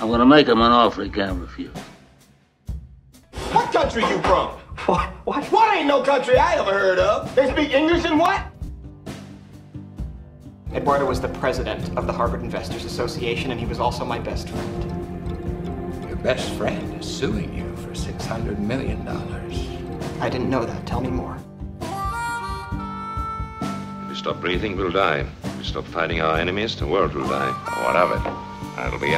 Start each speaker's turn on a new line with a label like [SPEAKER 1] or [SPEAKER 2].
[SPEAKER 1] I'm gonna make him an offer he can't refuse.
[SPEAKER 2] What country you from?
[SPEAKER 3] What? What?
[SPEAKER 2] What ain't no country I ever heard of? They speak English and what?
[SPEAKER 3] Eduardo was the president of the Harvard Investors Association, and he was also my best friend.
[SPEAKER 4] Your best friend is suing you for $600 million. Well,
[SPEAKER 3] I didn't know that. Tell me more.
[SPEAKER 5] If we stop breathing, we'll die. If we stop fighting our enemies, the world will die.
[SPEAKER 6] What of it? That'll be